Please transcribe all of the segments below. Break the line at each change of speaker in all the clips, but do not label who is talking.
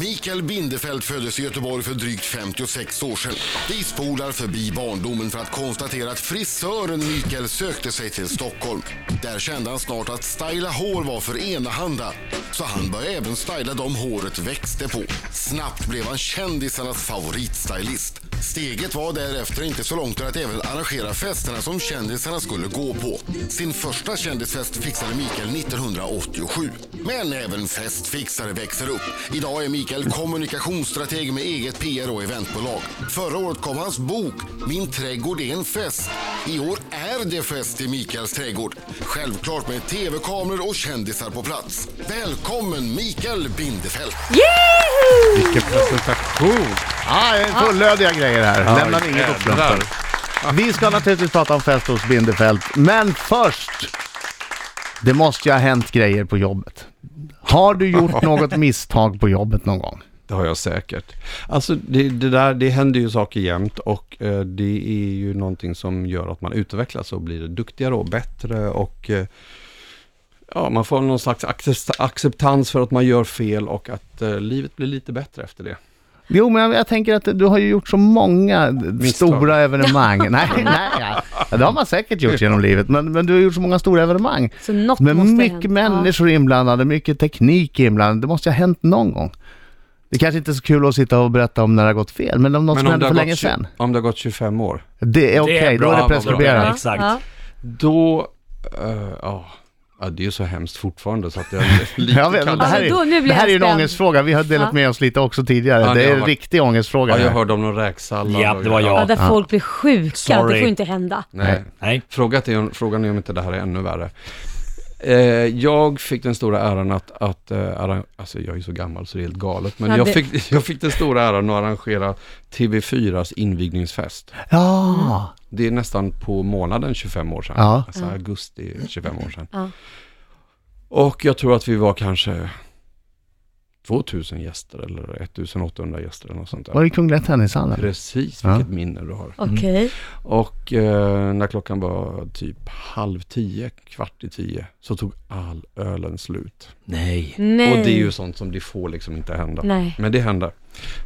Mikael Bindefeld föddes i Göteborg för drygt 56 år sedan. Vi spolar förbi barndomen för att konstatera att frisören Mikael sökte sig till Stockholm. Där kände han snart att styla hår var för enahanda, så han började även styla de håret växte på. Snabbt blev han kändisarnas favoritstylist. Steget var därefter inte så långt till att även arrangera festerna som kändisarna skulle gå på. Sin första kändisfest fixade Mikael 1987. Men även festfixare växer upp. Idag är Mikael kommunikationsstrateg med eget PR och eventbolag. Förra året kom hans bok Min trädgård är en fest. I år är det fest i Mikaels trädgård. Självklart med tv-kameror och kändisar på plats. Välkommen Mikael Bindefeld!
Vilken presentation!
Ja, det är fullödiga grejer här.
Ja,
Lämnar inget åt
jävlar.
slumpen. Vi ska naturligtvis prata om fest hos Bindefeld, men först. Det måste ju ha hänt grejer på jobbet. Har du gjort något misstag på jobbet någon gång?
Det har jag säkert. Alltså det, det där, det händer ju saker jämt och eh, det är ju någonting som gör att man utvecklas och blir duktigare och bättre och eh, ja, man får någon slags access- acceptans för att man gör fel och att eh, livet blir lite bättre efter det.
Jo, men jag, jag tänker att du har ju gjort så många
Misstag.
stora evenemang. nej, nej, ja. det har man säkert gjort genom livet, men, men du har gjort så många stora evenemang.
Så något
Med
måste ha
mycket
hänt.
människor inblandade, mycket teknik inblandad. Det måste ju ha hänt någon gång. Det kanske inte är så kul att sitta och berätta om när det har gått fel, men om något som
om det,
hände
har
för
gått
länge
tju-
sedan.
om det har gått 25 år,
Det är okej, då
bra,
är det
vad bra. Ja,
preskriberat.
Exakt.
Ja.
då, eh, ja, ja, det är ju så hemskt fortfarande så att jag är lite
Jag vet, men det
kall.
här
Alltså, då- nu
är,
blir
det
jag
här är ju en
spänd.
ångestfråga. Vi har delat
Ja.
med oss lite också tidigare.
Ja,
det
det
är
har
en
varit-
riktig ångestfråga.
Ja, jag
här.
hörde om någon räksallad.
Ja,
och-
det var jag.
Ja, där folk blir sjuka. Det
Sorry.
får inte hända.
Nej.
Nej.
Frågat är, frågan är om inte det här är ännu värre. Eh, jag fick den stora äran att, att eh, arran- alltså jag är ju så gammal så det är helt galet, men
Ja,
jag,
det-
fick, jag fick den stora äran att arrangera TV4s invigningsfest.
Ja,
Det är nästan på månaden 25 år sedan,
Ja.
alltså augusti 25 år sedan.
Ja.
Och jag tror att vi var kanske 2000 gäster eller 1800 gäster eller något sånt
var
där.
det Kungliga Tennishallen?
Precis,
Ja.
vilket minne du har.
Okej.
Och eh, när klockan var typ halv tio, kvart i tio, så tog all ölen slut.
Nej.
Nej.
Och det är ju sånt som det får liksom inte hända.
Nej.
Men det hände.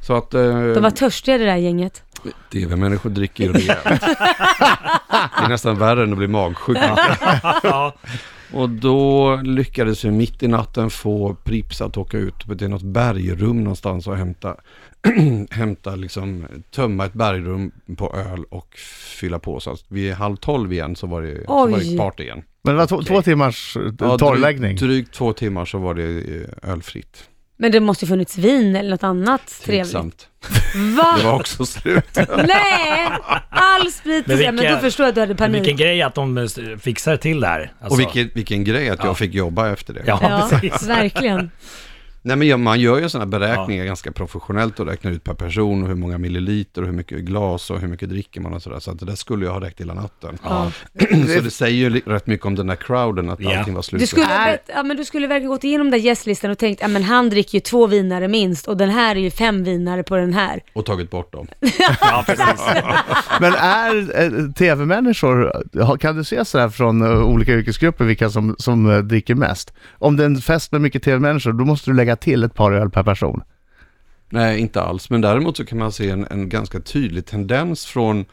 Så att eh,
De var törstiga det där gänget.
tv-människor dricker ju rejält. det är nästan värre än att bli magsjuk.
Ja.
Och då lyckades vi mitt i natten få Prips att åka ut till något bergrum någonstans och hämta, hämta liksom, tömma ett bergrum på öl och fylla på. Så att vid halv tolv igen så var det, så var
Oj.
det party igen.
Men det var två, två timmars eh, torrläggning.
Drygt, drygt två timmar så var det eh, ölfritt.
Men det måste ju funnits vin eller något annat trevligt.
Tveksamt. Det
Va?
var också slut.
Nej! All sprit
Men
men, vilka... men
vilka-
då förstår jag att du hade
Men
panik.
vilken grej att de eh, fixar till det här. Alltså.
Och vilken, vilken grej att jag fick jobba efter det.
Ja,
Ja,
precis.
verkligen.
Nej men jag- man gör ju sådana beräkningar ganska professionellt och räknar ut per person och hur många milliliter och hur mycket glas och hur mycket dricker man och sådär. Så att det där skulle jag ha räckt hela natten.
Ja.
Så det säger ju li- rätt mycket om den där crowden att
Ja.
allting var slut.
Du skulle, ha
Nej.
bett- ja, men du skulle verkligen gått igenom den där gästlistan och tänkt, ja men han dricker ju två vinare minst och den här är ju fem vinare på den här.
Och tagit bort dem.
Ja, precis.
Men är eh, tv-människor, ha- kan du se sådär från eh, olika yrkesgrupper vilka som, som eh, dricker mest? Om det är en fest med mycket tv-människor, då måste du lägga till ett par öl per person.
Nej, inte alls. Men däremot så kan man se en, en ganska tydlig tendens från...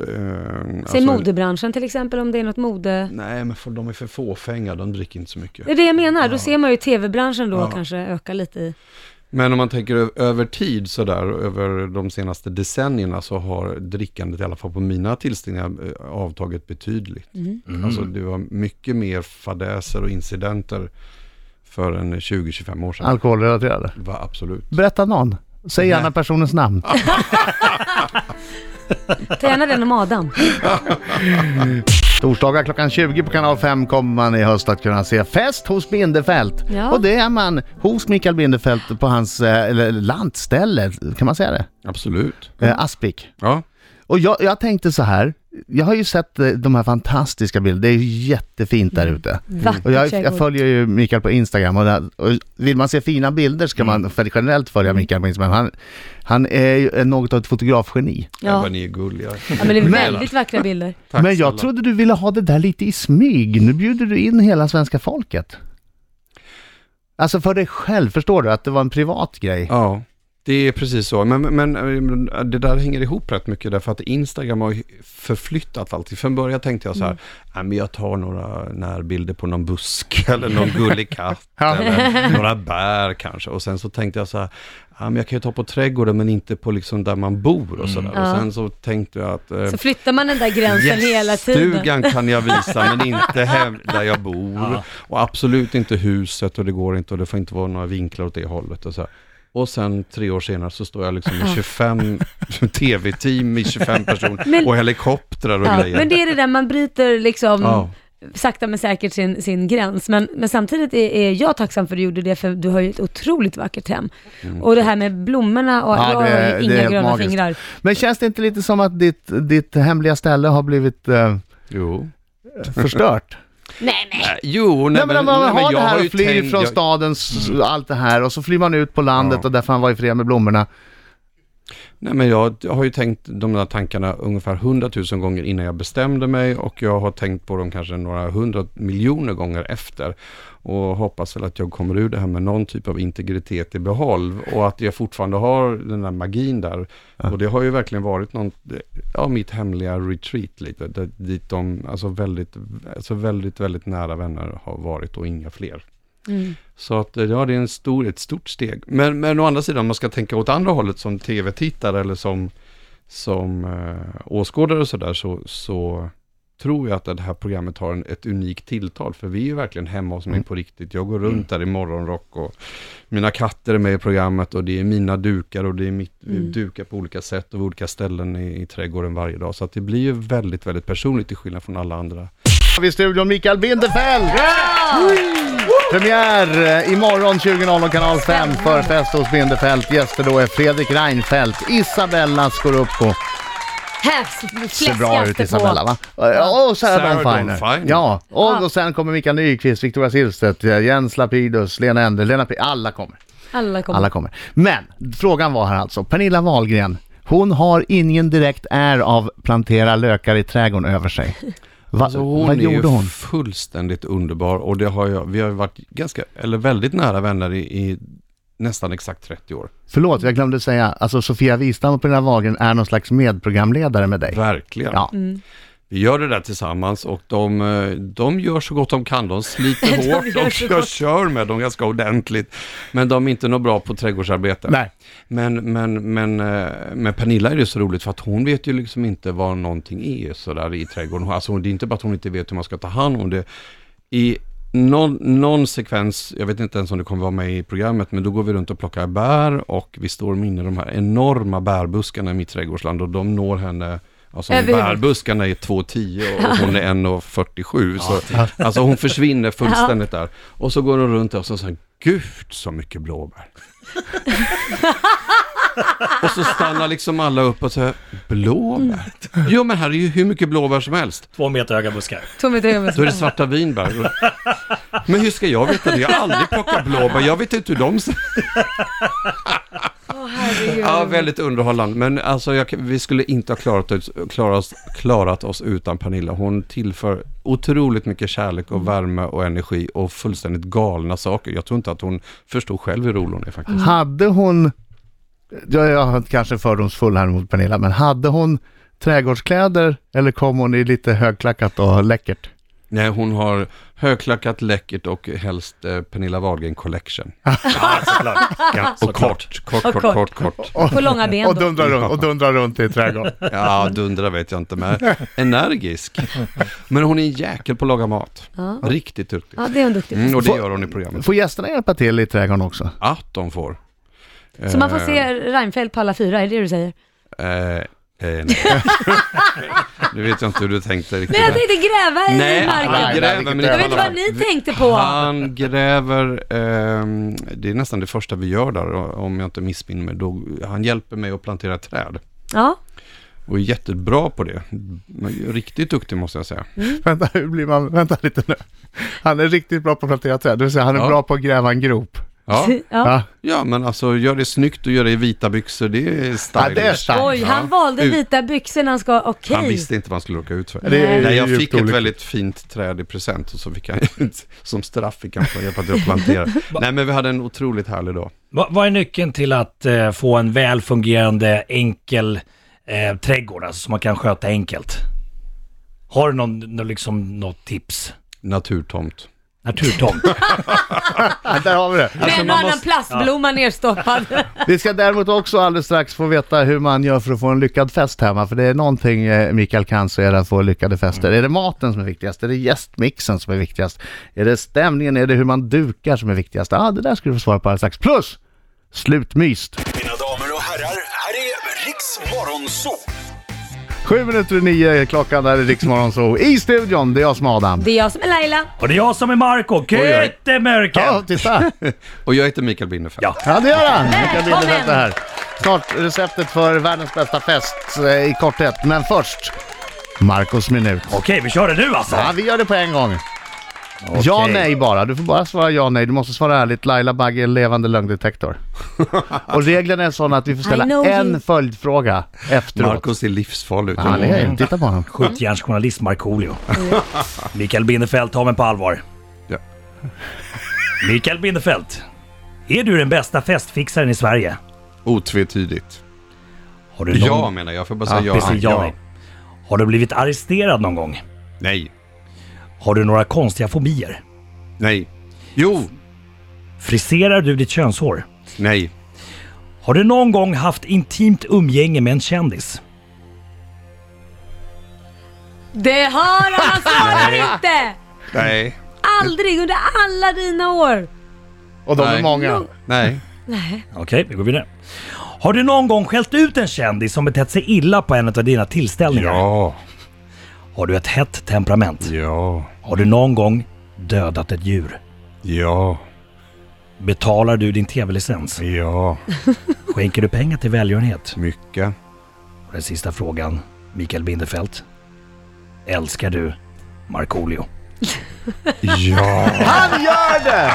Eh,
Säg modebranschen till exempel om det är något mode.
Nej, men för, de är för fåfänga. De dricker inte så mycket.
Det är det jag menar, då ser man ju tv-branschen då
Ja.
kanske öka lite i.
Men om man tänker ö- över tid sådär, över de senaste decennierna så har drickandet, i alla fall på mina tillställningar, eh, avtagit betydligt. Alltså det var mycket mer fadäser och incidenter för en 20-25 år sedan.
Alkoholrelaterade.
Va, absolut.
Berätta någon. Säg gärna personens namn.
Ta gärna den om Adam.
Mm. Torsdagar klockan 20 på kanal 5 kommer man i höst att kunna se fest hos Bindefält.
Ja.
Och det är man hos Mikael Bindefält på hans eh, eller, lantställe, kan man säga det?
Absolut.
Mm.
Eh, Aspik.
Ja.
Och jag, jag tänkte så här, jag har ju sett eh, de här fantastiska bilderna, det är ju jättefint där ute.
Vacker
Och jag, jag
Mm. trädgård.
följer ju Mikael på Instagram och, där, och vill man se fina bilder ska
Mm.
man för- generellt följa Mikael på Instagram. Han, han är ju något av ett fotografgeni.
ja.
Ja.
Vad ni är gulliga.
ja, men det är
Men-
väldigt vackra bilder.
Tack
Men jag
snälla.
trodde du ville ha det där lite i smyg, nu bjuder du in hela svenska folket. Alltså för dig själv, förstår du? Att det var en privat grej.
Ja, det är precis så. Men, men eh, det där hänger ihop rätt mycket därför att Instagram har ju förflyttat allting. Från början tänkte jag så här, "Nej, men jag tar några närbilder på någon busk eller någon gullig katt
Ja.
eller några bär kanske. Och sen så tänkte jag så här, "Ja, men jag kan ju ta på trädgården men inte på liksom där man bor och sådär.
Ja.
Och sen så tänkte jag att eh,
Så flyttar man den där gränsen hela tiden.
Stugan kan jag visa men inte hem där jag bor.
Ja.
Och absolut inte huset och det går inte och det får inte vara några vinklar åt det hållet och så här. Och sen tre år senare så står jag liksom med 25 tv-team i 25 personer
Men-
och helikoptrar och
Ja,
grejer.
men det är det där, man bryter liksom
Ja.
sakta men säkert sin, sin gräns. Men, men samtidigt är, är jag tacksam för att du gjorde det, för du har ju ett otroligt vackert hem. Och det här med blommorna, och
Mm. Ja,
jag
det-
har ju
det är
inga
helt
gröna
magiskt.
fingrar.
Men känns det inte lite som att ditt, ditt hemliga ställe har blivit eh,
Jo.
förstört?
Nej, nej.
Äh, Jo, nej,
Nej, men om man
nej, men
har det
jag
här
ju
och flyr
tänkt- jag-
från
Mm.
stadens, allt det här och så flyr man ut på landet
Ja.
och där får man vara i fred med blommorna.
Nej, men jag har ju tänkt de där tankarna ungefär hundratusen gånger innan jag bestämde mig och jag har tänkt på dem kanske några hundra miljoner gånger efter. Och hoppas väl att jag kommer ur det här med någon typ av integritet i behåll och att jag fortfarande har den där magin där. Och det har ju verkligen varit någon, ja, mitt hemliga retreat lite, där, dit de, alltså väldigt, alltså väldigt, väldigt nära vänner har varit och inga fler.
Mm.
Så att, ja, det är en stor, ett stort steg. Men, men å andra sidan, om man ska tänka åt andra hållet som tv-tittare eller som, som eh, åskådare och sådär, så, så tror jag att det här programmet har en, ett unikt tilltal. För vi är ju verkligen hemma hos mig
Mm.
på riktigt. Jag går runt där i morgonrock och mina katter är med i programmet och det är mina dukar och det är mitt
Mm.
dukar på olika sätt och olika ställen i, i trädgården varje dag. Så att det blir ju väldigt, väldigt personligt till skillnad från alla andra.
Vi i studion Mikael Bindefeld! Premiär eh, imorgon 20.00 kanal 5 för Fest hos Bindefeld. Gäster då är Fredrik Reinfeldt, Isabella Scorupco.
Här
Ser bra
fläskas
ut
det
Isabella
på.
va? Eh, Och Sarah
Sarah
Dawn Finer.
Dawn Finer.
Ja, och,
Ja.
och sen kommer Mikael Nyqvist, Victoria Silvstedt, eh, Jens Lapidus, Lena Ender, Lena P. Alla kommer.
Alla kommer.
Alla kommer. Men frågan var här alltså, Pernilla Wahlgren, hon har ingen direkt är av plantera lökar i trädgården över sig. Va,
Alltså hon
vad
är ju
gjorde hon?
fullständigt underbar och det har jag, vi har ju varit ganska, eller väldigt nära vänner i, i nästan exakt 30 år.
Förlåt, jag glömde säga, alltså Sofia Wistam och Pernilla Wahlgren är någon slags medprogramledare med dig.
Verkligen.
Ja.
Vi gör det där tillsammans och de, eh, de gör så gott de kan. De sliter
De
hårt,
gör så
de kör,
gott.
kör med dem ganska ordentligt. Men de är inte något bra på trädgårdsarbete.
Nej.
Men, men, men eh, med Pernilla är det så roligt för att hon vet ju liksom inte vad någonting är sådär i trädgården. Alltså det är inte bara att hon inte vet hur man ska ta hand om det. I någon, någon sekvens, jag vet inte ens om det kommer vara med i programmet, men då går vi runt och plockar bär och vi står inne i de här enorma bärbuskarna i mitt trädgårdsland och de når henne Alltså
Över huvudet.
bärbuskarna är 2,10 och hon är 1,47. Så, alltså hon försvinner fullständigt där. Och så går hon runt där och så säger Gud så mycket blåbär. Och så stannar liksom alla upp och säger blåbär. Jo men här är ju hur mycket blåbär som helst.
Två meter höga buskar.
Tommy Tumme.
Då är det svarta vinbär. Men hur ska jag veta det? Jag har aldrig plockat blåbär. Jag vet inte hur de ser
Åh, herregud.
Ja, väldigt underhållande. Men alltså, jag, vi skulle inte ha klarat, oss- klarat, oss- klarat oss utan Pernilla. Hon tillför otroligt mycket kärlek och värme och energi och fullständigt galna saker. Jag tror inte att hon förstod själv hur rolig hon är faktiskt.
Hade hon, jag, jag är kanske fördomsfull här mot Pernilla, men hade hon trädgårdskläder eller kom hon i lite högklackat och läckert?
Nej, hon har högklackat, läckert och helst eh, Pernilla Wahlgren Collection.
Ja, såklart.
Ja, och kort, kort, kort,
kort.
kort, kort.
På långa ben
Och
då.
dundrar runt, och dundrar runt i trädgården.
Ja, dundra vet jag inte, men energisk. Men hon är en jäkel på att laga mat.
Ja.
Riktigt duktig.
ja, det är hon duktig på.
Mm, och det gör hon i programmet.
Får gästerna hjälpa till i trädgården också?
Att de får.
Så man får
Eh,
se Reinfeldt på alla fyra, är det det du säger?
Eh, eh, nej. nu vet jag inte hur du tänkte riktigt.
Nej, jag tänkte gräva i
Nej,
marken.
han gräver, men
Jag
inte
vet inte
alla-
vad ni tänkte på.
Han gräver, ehm, det är nästan det första vi gör där, om jag inte missminner mig. Då, han hjälper mig att plantera träd
Ja,
och är jättebra på det. Men Riktigt duktig måste jag säga.
Vänta, hur blir man, vänta lite nu. Han är riktigt bra på att plantera träd, det vill säga han är
Ja.
bra på att gräva en grop.
Ja,
Ja.
ja, men alltså gör det snyggt och gör det i vita byxor, det är
Ja,
stylish.
det är starkt.
Oj, han valde
Ut.
vita byxor när han ska, okej.
Han visste inte vad han skulle råka ut för.
Det är ju
Nej, jag
djupt
fick ett
olyckligt.
väldigt fint träd i present och så fick han som straff fick han hjälpa till att plantera. Nej, men vi hade en otroligt härlig dag.
Va, vad är nyckeln till att eh, få en väl fungerande, enkel eh, trädgård, alltså som man kan sköta enkelt? Har du någon, någon, liksom, något tips?
Naturtomt.
Naturtomt.
Ja, där har vi det.
Med en och
Alltså, man
annan
måste-
plastblomma nerstoppad.
Vi ska däremot också alldeles strax få veta hur man gör för att få en lyckad fest hemma. För det är någonting eh, Mikael kan så är det att få lyckade fester.
Mm.
Är det maten som är viktigast? Är det gästmixen som är viktigast? Är det stämningen? Är det hur man dukar som är viktigast? Ja, ah, det där skulle du få svara på alldeles strax. Plus slutmyst!
Mina damer och herrar, här är Riks Morgonzoo!
Sju minuter i nio är klockan där i Riksmorgon så i studion, det är jag som är Adam.
Det är jag som är Laila.
Och det är jag som är Marco Götemörken!
Ja, titta!
Och jag heter Mikael Binnerfeldt.
Ja.
Ja, det gör han! Mikael
Välkommen!
Lindelöf det här. Snart receptet för världens bästa fest eh, i korthet, men först Marcos minut.
Okej, vi kör det nu alltså!
Ja, vi gör det på en gång. Ja,
Okej.
nej bara. Du får bara svara ja, nej. Du måste svara ärligt. Laila Bagge är en levande lögndetektor. Och reglerna är sådana att vi får
I know
ställa en
you.
följdfråga efteråt.
Marcus ser livsfarlig ut.
Ja, Han är, titta på honom.
Skjutjärnsjournalist Markoolio. Mikael Binnerfeldt, ta mig på allvar.
Ja.
Mikael Binnerfeldt, är du den bästa festfixaren i Sverige?
Otvetydigt.
Har du någon...
Ja, menar jag. Jag Får bara säga ja?
Ja, precis, ja. nej. Har du blivit arresterad någon gång?
Nej.
Har du några konstiga fobier?
Nej. Jo.
Friserar du ditt könshår?
Nej.
Har du någon gång haft intimt umgänge med en kändis?
Det har han, han svarar inte!
Nej.
Aldrig under alla dina år.
Och de är
Nej.
många.
Nej.
Okej, vi går vidare. Har du någon gång skällt ut en kändis som betett sig illa på en av dina tillställningar?
Ja.
Har du ett hett temperament?
Ja.
Har du någon gång dödat ett djur?
Ja.
Betalar du din tv-licens?
Ja.
Skänker du pengar till välgörenhet?
Mycket.
Och den sista frågan, Mikael Binderfeldt. Älskar du Markoolio?
Ja.
Han gör det!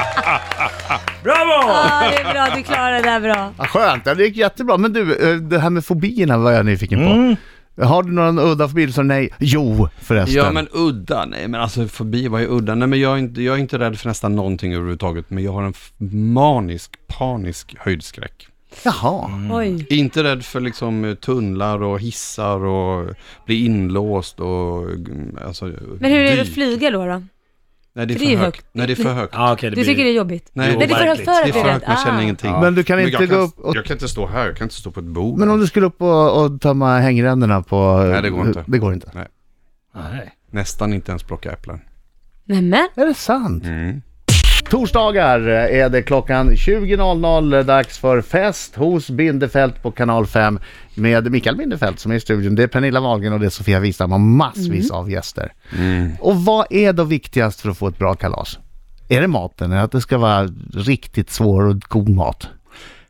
Bravo!
Ja, det är bra. Du klarar det där bra.
Ja, skönt, Ja, det gick jättebra. Men du, eh, det här med fobierna var jag nyfiken på.
Mm.
Har du någon udda fobi? Så nej, jo förresten.
Ja men udda, nej men alltså förbi vad är udda? Nej men jag är, inte, jag är inte rädd för nästan någonting överhuvudtaget men jag har en f- manisk, panisk höjdskräck.
Mm.
Jaha.
Mm.
Oj.
Inte rädd för liksom eh, tunnlar och hissar och bli inlåst och mm, alltså,
Men hur är det att
dyk.
flyga då? då?
Nej det är
För
för
det är ju
högt.
högt.
Nej det är för högt.
Ah, okay, det
Du
blir...
tycker det är jobbigt?
Nej,
Nej, det är för högt
overkligt.
för att
Det
bli
är för högt,
rädd.
man känner
Ah.
ingenting.
Men du kan
jag
inte gå
kan,
upp och-
Jag kan inte stå här, jag kan inte stå på ett bord.
Men om du skulle upp och, och tömma hängränderna på...
Nej, det går inte.
Det går inte.
Nej.
Nästan inte ens plocka äpplen.
Nämen.
Är det sant?
Mm.
Torsdagar är det klockan 20.00 dags för fest hos Bindefält på kanal 5 med Mikael Bindefält som är i studion. Det är Pernilla Wahlgren och det är Sofia Wistam och massvis
Mm.
av gäster. Och vad är då viktigast för att få ett bra kalas? Är det maten? Är det att det ska vara riktigt svår och god mat?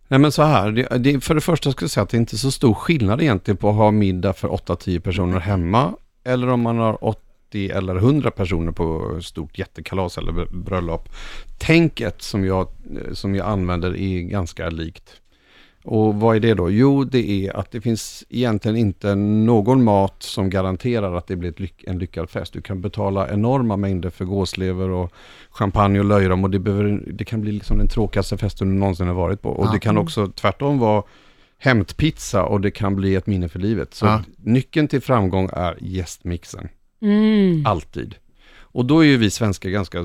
Nej men så här, det, det, för det första skulle jag säga att det är inte så stor skillnad egentligen på att ha middag för 8-10 personer hemma eller om man har 80 eller 100 personer på stort jättekalas eller br- bröllop. Tänket som jag, eh, som jag använder är ganska likt. Och vad är det då? Jo, det är att det finns egentligen inte någon mat som garanterar att det blir ett lyck- en lyckad fest. Du kan betala enorma mängder för gåslever och champagne och löjrom och det, behöver, det kan bli liksom den tråkigaste festen du någonsin har varit på. Och
Ja.
det kan också tvärtom vara hämtpizza och det kan bli ett minne för livet. Så
Ja.
nyckeln till framgång är gästmixen,
Mm.
alltid. Och då är ju vi svenskar ganska, eh,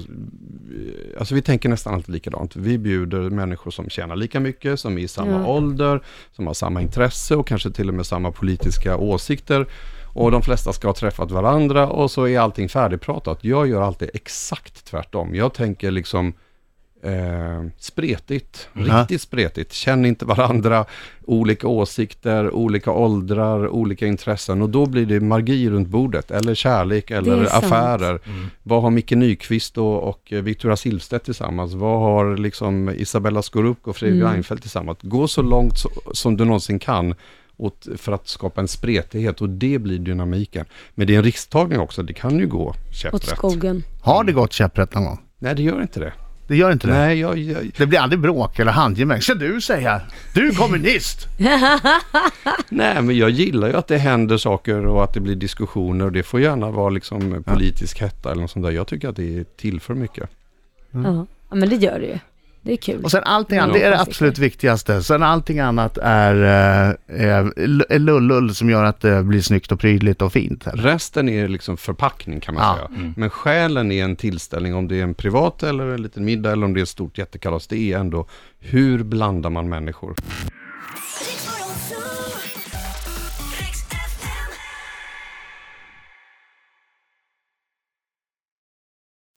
alltså vi tänker nästan alltid likadant. Vi bjuder människor som tjänar lika mycket, som är i samma
Ja.
ålder, som har samma intresse och kanske till och med samma politiska åsikter. Och de flesta ska ha träffat varandra och så är allting färdigpratat. Jag gör alltid exakt tvärtom. Jag tänker liksom eh, spretigt,
Mhm.
Ja.
riktigt spretigt. Känner inte varandra, olika åsikter, olika åldrar, olika intressen. Och då blir det magi runt bordet, eller kärlek, eller
är sant.
affärer. Vad har Micke Nyqvist och, och eh, Victoria Silvstedt tillsammans? Vad har liksom Isabella Scorupco och Fredrik
Mm.
Reinfeldt tillsammans? Gå så långt så, som du någonsin kan åt, för att skapa en spretighet och det blir dynamiken. Men det är en risktagning också, det kan ju gå
Åt
käpprätt.
skogen.
Har det gått käpprätt någon gång?
Nej, det gör inte det.
Det gör inte det.
Nej, jag, jag,
Det blir aldrig bråk eller handgemäng. Ska du säga? Du är kommunist!
nej, men jag gillar ju att det händer saker och att det blir diskussioner. Och det får gärna vara liksom politisk hetta eller något sånt där. Jag tycker att det tillför mycket. Mm.
Ja, Ja, men det gör det ju. Det är kul.
Och sen allting annat,
Ja.
det är det absolut viktigaste. Sen allting annat är eh, eh, l- lullull som gör att det blir snyggt och prydligt och fint. Här.
Resten är liksom förpackning kan man
Ja.
säga. Men själen är en tillställning, om det är en privat eller en liten middag eller om det är ett stort jättekalas. Det är ändå hur blandar man människor?